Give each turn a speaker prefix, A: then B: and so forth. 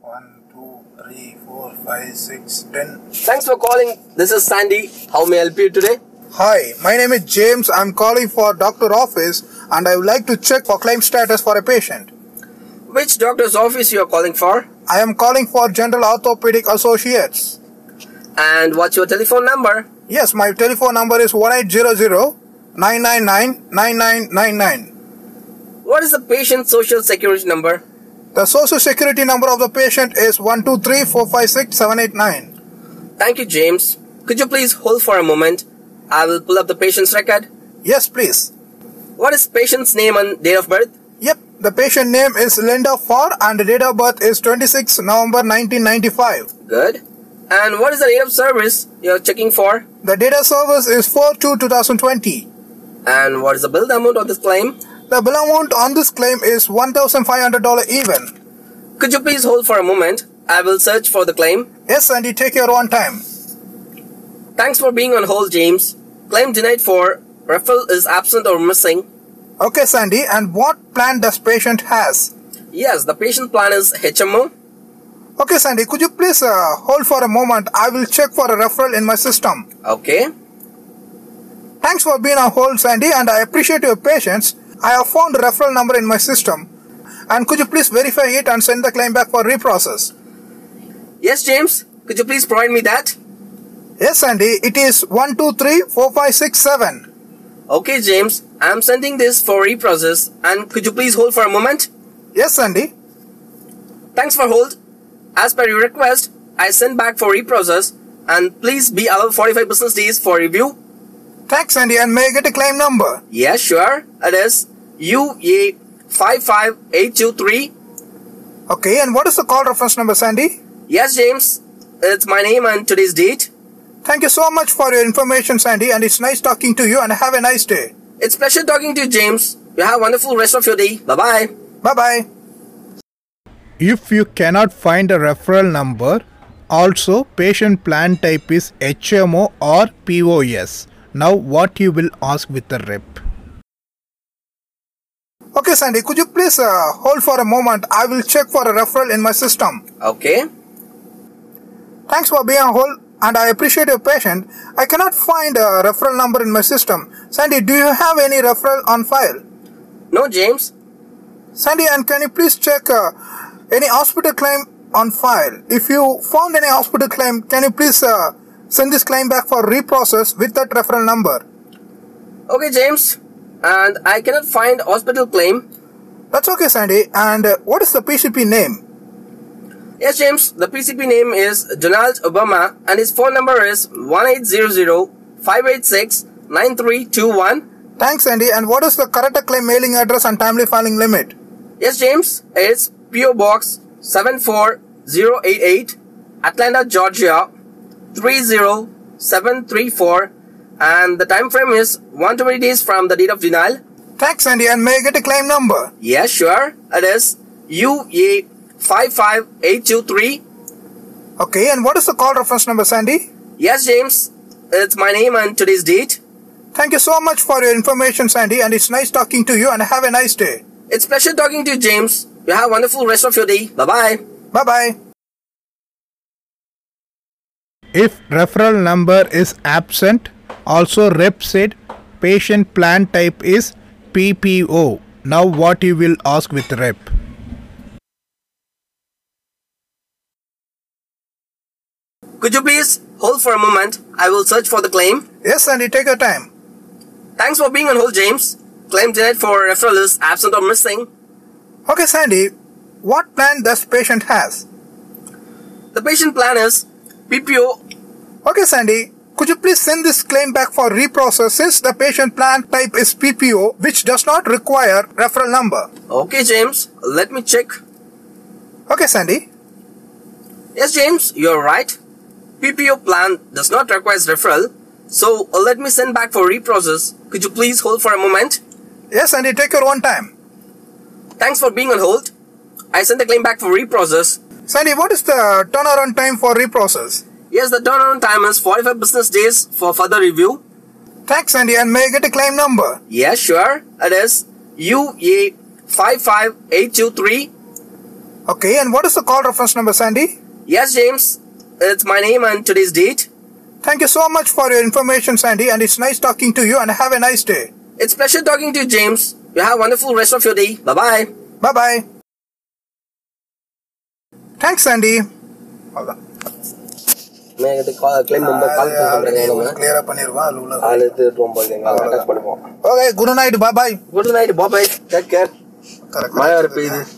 A: One, two, three, four, five, six, ten.
B: Thanks for calling. This is Sandy. How may I help you today?
A: Hi, my name is James. I'm calling for doctor office and I would like to check for claim status for a patient.
B: Which doctor's office you are calling for?
A: I am calling for General Orthopedic Associates.
B: And what's your telephone number?
A: Yes, my telephone number is 1800-999-9999.
B: What is the patient's social security number?
A: The social security number of the patient is 123456789.
B: Thank you, James. Could you please hold for a moment? I will pull up the patient's record.
A: Yes, please.
B: What is patient's name and date of birth?
A: Yep, the patient name is Linda Farr and the date of birth is 26 November 1995.
B: Good. And what is the date of service you are checking for?
A: The data service is 4-2-2020.
B: And what is the billed amount of this claim?
A: The bill amount on this claim is $1,500 even.
B: Could you please hold for a moment? I will search for the claim.
A: Yes, and you take your own time.
B: Thanks for being on hold, James. Claim denied for referral is absent or missing.
A: Okay, Sandy, and what plan does patient has?
B: Yes, the patient plan is HMO.
A: Okay, Sandy, could you please uh, hold for a moment? I will check for a referral in my system.
B: Okay.
A: Thanks for being on hold, Sandy, and I appreciate your patience. I have found a referral number in my system. And could you please verify it and send the claim back for reprocess?
B: Yes, James. Could you please provide me that?
A: Yes, Sandy, it is 1234567.
B: Okay, James. I am sending this for reprocess. And could you please hold for a moment?
A: Yes, Sandy.
B: Thanks for hold. As per your request, I send back for reprocess. And please be allowed 45 business days for review.
A: Thanks, Sandy, and may I get a claim number?
B: Yeah, sure. It is UA five five eight two three.
A: Okay, and what is the call reference number, Sandy?
B: Yes, James. It's my name and today's date.
A: Thank you so much for your information, Sandy, and it's nice talking to you, and have a nice day.
B: It's pleasure talking to you, James. You have a wonderful rest of your day. Bye bye.
A: Bye bye. If you cannot find a referral number, also patient plan type is HMO or POS. Now, what you will ask with the rep? Okay, Sandy, could you please uh, hold for a moment? I will check for a referral in my system.
B: Okay.
A: Thanks for being on hold, and I appreciate your patience. I cannot find a referral number in my system. Sandy, do you have any referral on file?
B: No, James.
A: Sandy, and can you please check uh, any hospital claim on file? If you found any hospital claim, can you please uh, send this claim back for reprocess with that referral number?
B: Okay, James. And I cannot find hospital claim.
A: That's okay, Sandy. And uh, what is the PCP name?
B: Yes, James. The PCP name is Donald Obama, and his phone number is one eight zero zero five eight six nine three two one.
A: Thanks, Sandy. And what is the correct claim mailing address and timely filing limit?
B: Yes, James. It's PO Box 74088, Atlanta, Georgia 30734, and the time frame is 120 days from the date of denial.
A: Thanks, Sandy. And may I get a claim number?
B: Yeah, sure. It is UA 55823.
A: Okay, and what is the call reference number, Sandy?
B: Yes, James. It's my name and today's date.
A: Thank you so much for your information, Sandy, and it's nice talking to you, and have a nice day.
B: It's pleasure talking to you, James. You have a wonderful rest of your day. Bye bye.
A: Bye bye. If referral number is absent, also rep said patient plan type is PPO. Now, what you will ask with rep?
B: Could you please hold for a moment? I will search for the claim.
A: Yes, Sandy, take your time.
B: Thanks for being on hold, James. Claim denied for referral is absent or missing.
A: Okay, Sandy, what plan does patient has?
B: The patient plan is PPO.
A: Okay, Sandy, could you please send this claim back for reprocess since the patient plan type is PPO, which does not require referral number?
B: Okay, James, let me check.
A: Okay, Sandy.
B: Yes, James, you're right. PPO plan does not require referral, so uh, let me send back for reprocess. Could you please hold for a moment?
A: Yes, Sandy, take your own time.
B: Thanks for being on hold. I sent the claim back for reprocess.
A: Sandy, what is the turnaround time for reprocess?
B: Yes, the turnaround time is 45 business days for further review.
A: Thanks, Sandy, and may I get a claim number?
B: Yeah, sure. It is UA 55823.
A: Okay, and what is the call reference number, Sandy?
B: Yes, James, it's my name and today's date.
A: Thank you so much for your information, Sandy, and it's nice talking to you, and have a nice day.
B: It's pleasure talking to you, James. You have a wonderful rest of your day. Bye bye.
A: Bye bye. Thanks, Sandy. அவ்வளோ
C: நான் இது claim
A: Uh,
C: number call பண்ணுறேன் நம்ம
A: கிளியராக பண்ணிடுவான் அது உள்ள
C: ஆள் எடுத்து எடுத்துட்டு போகும்போது எங்களை அட்டாச் பண்ணுவோம்
A: okay good night bye bye
C: good night bye bye take care
A: correct
C: மழை வேறு பெய்யுது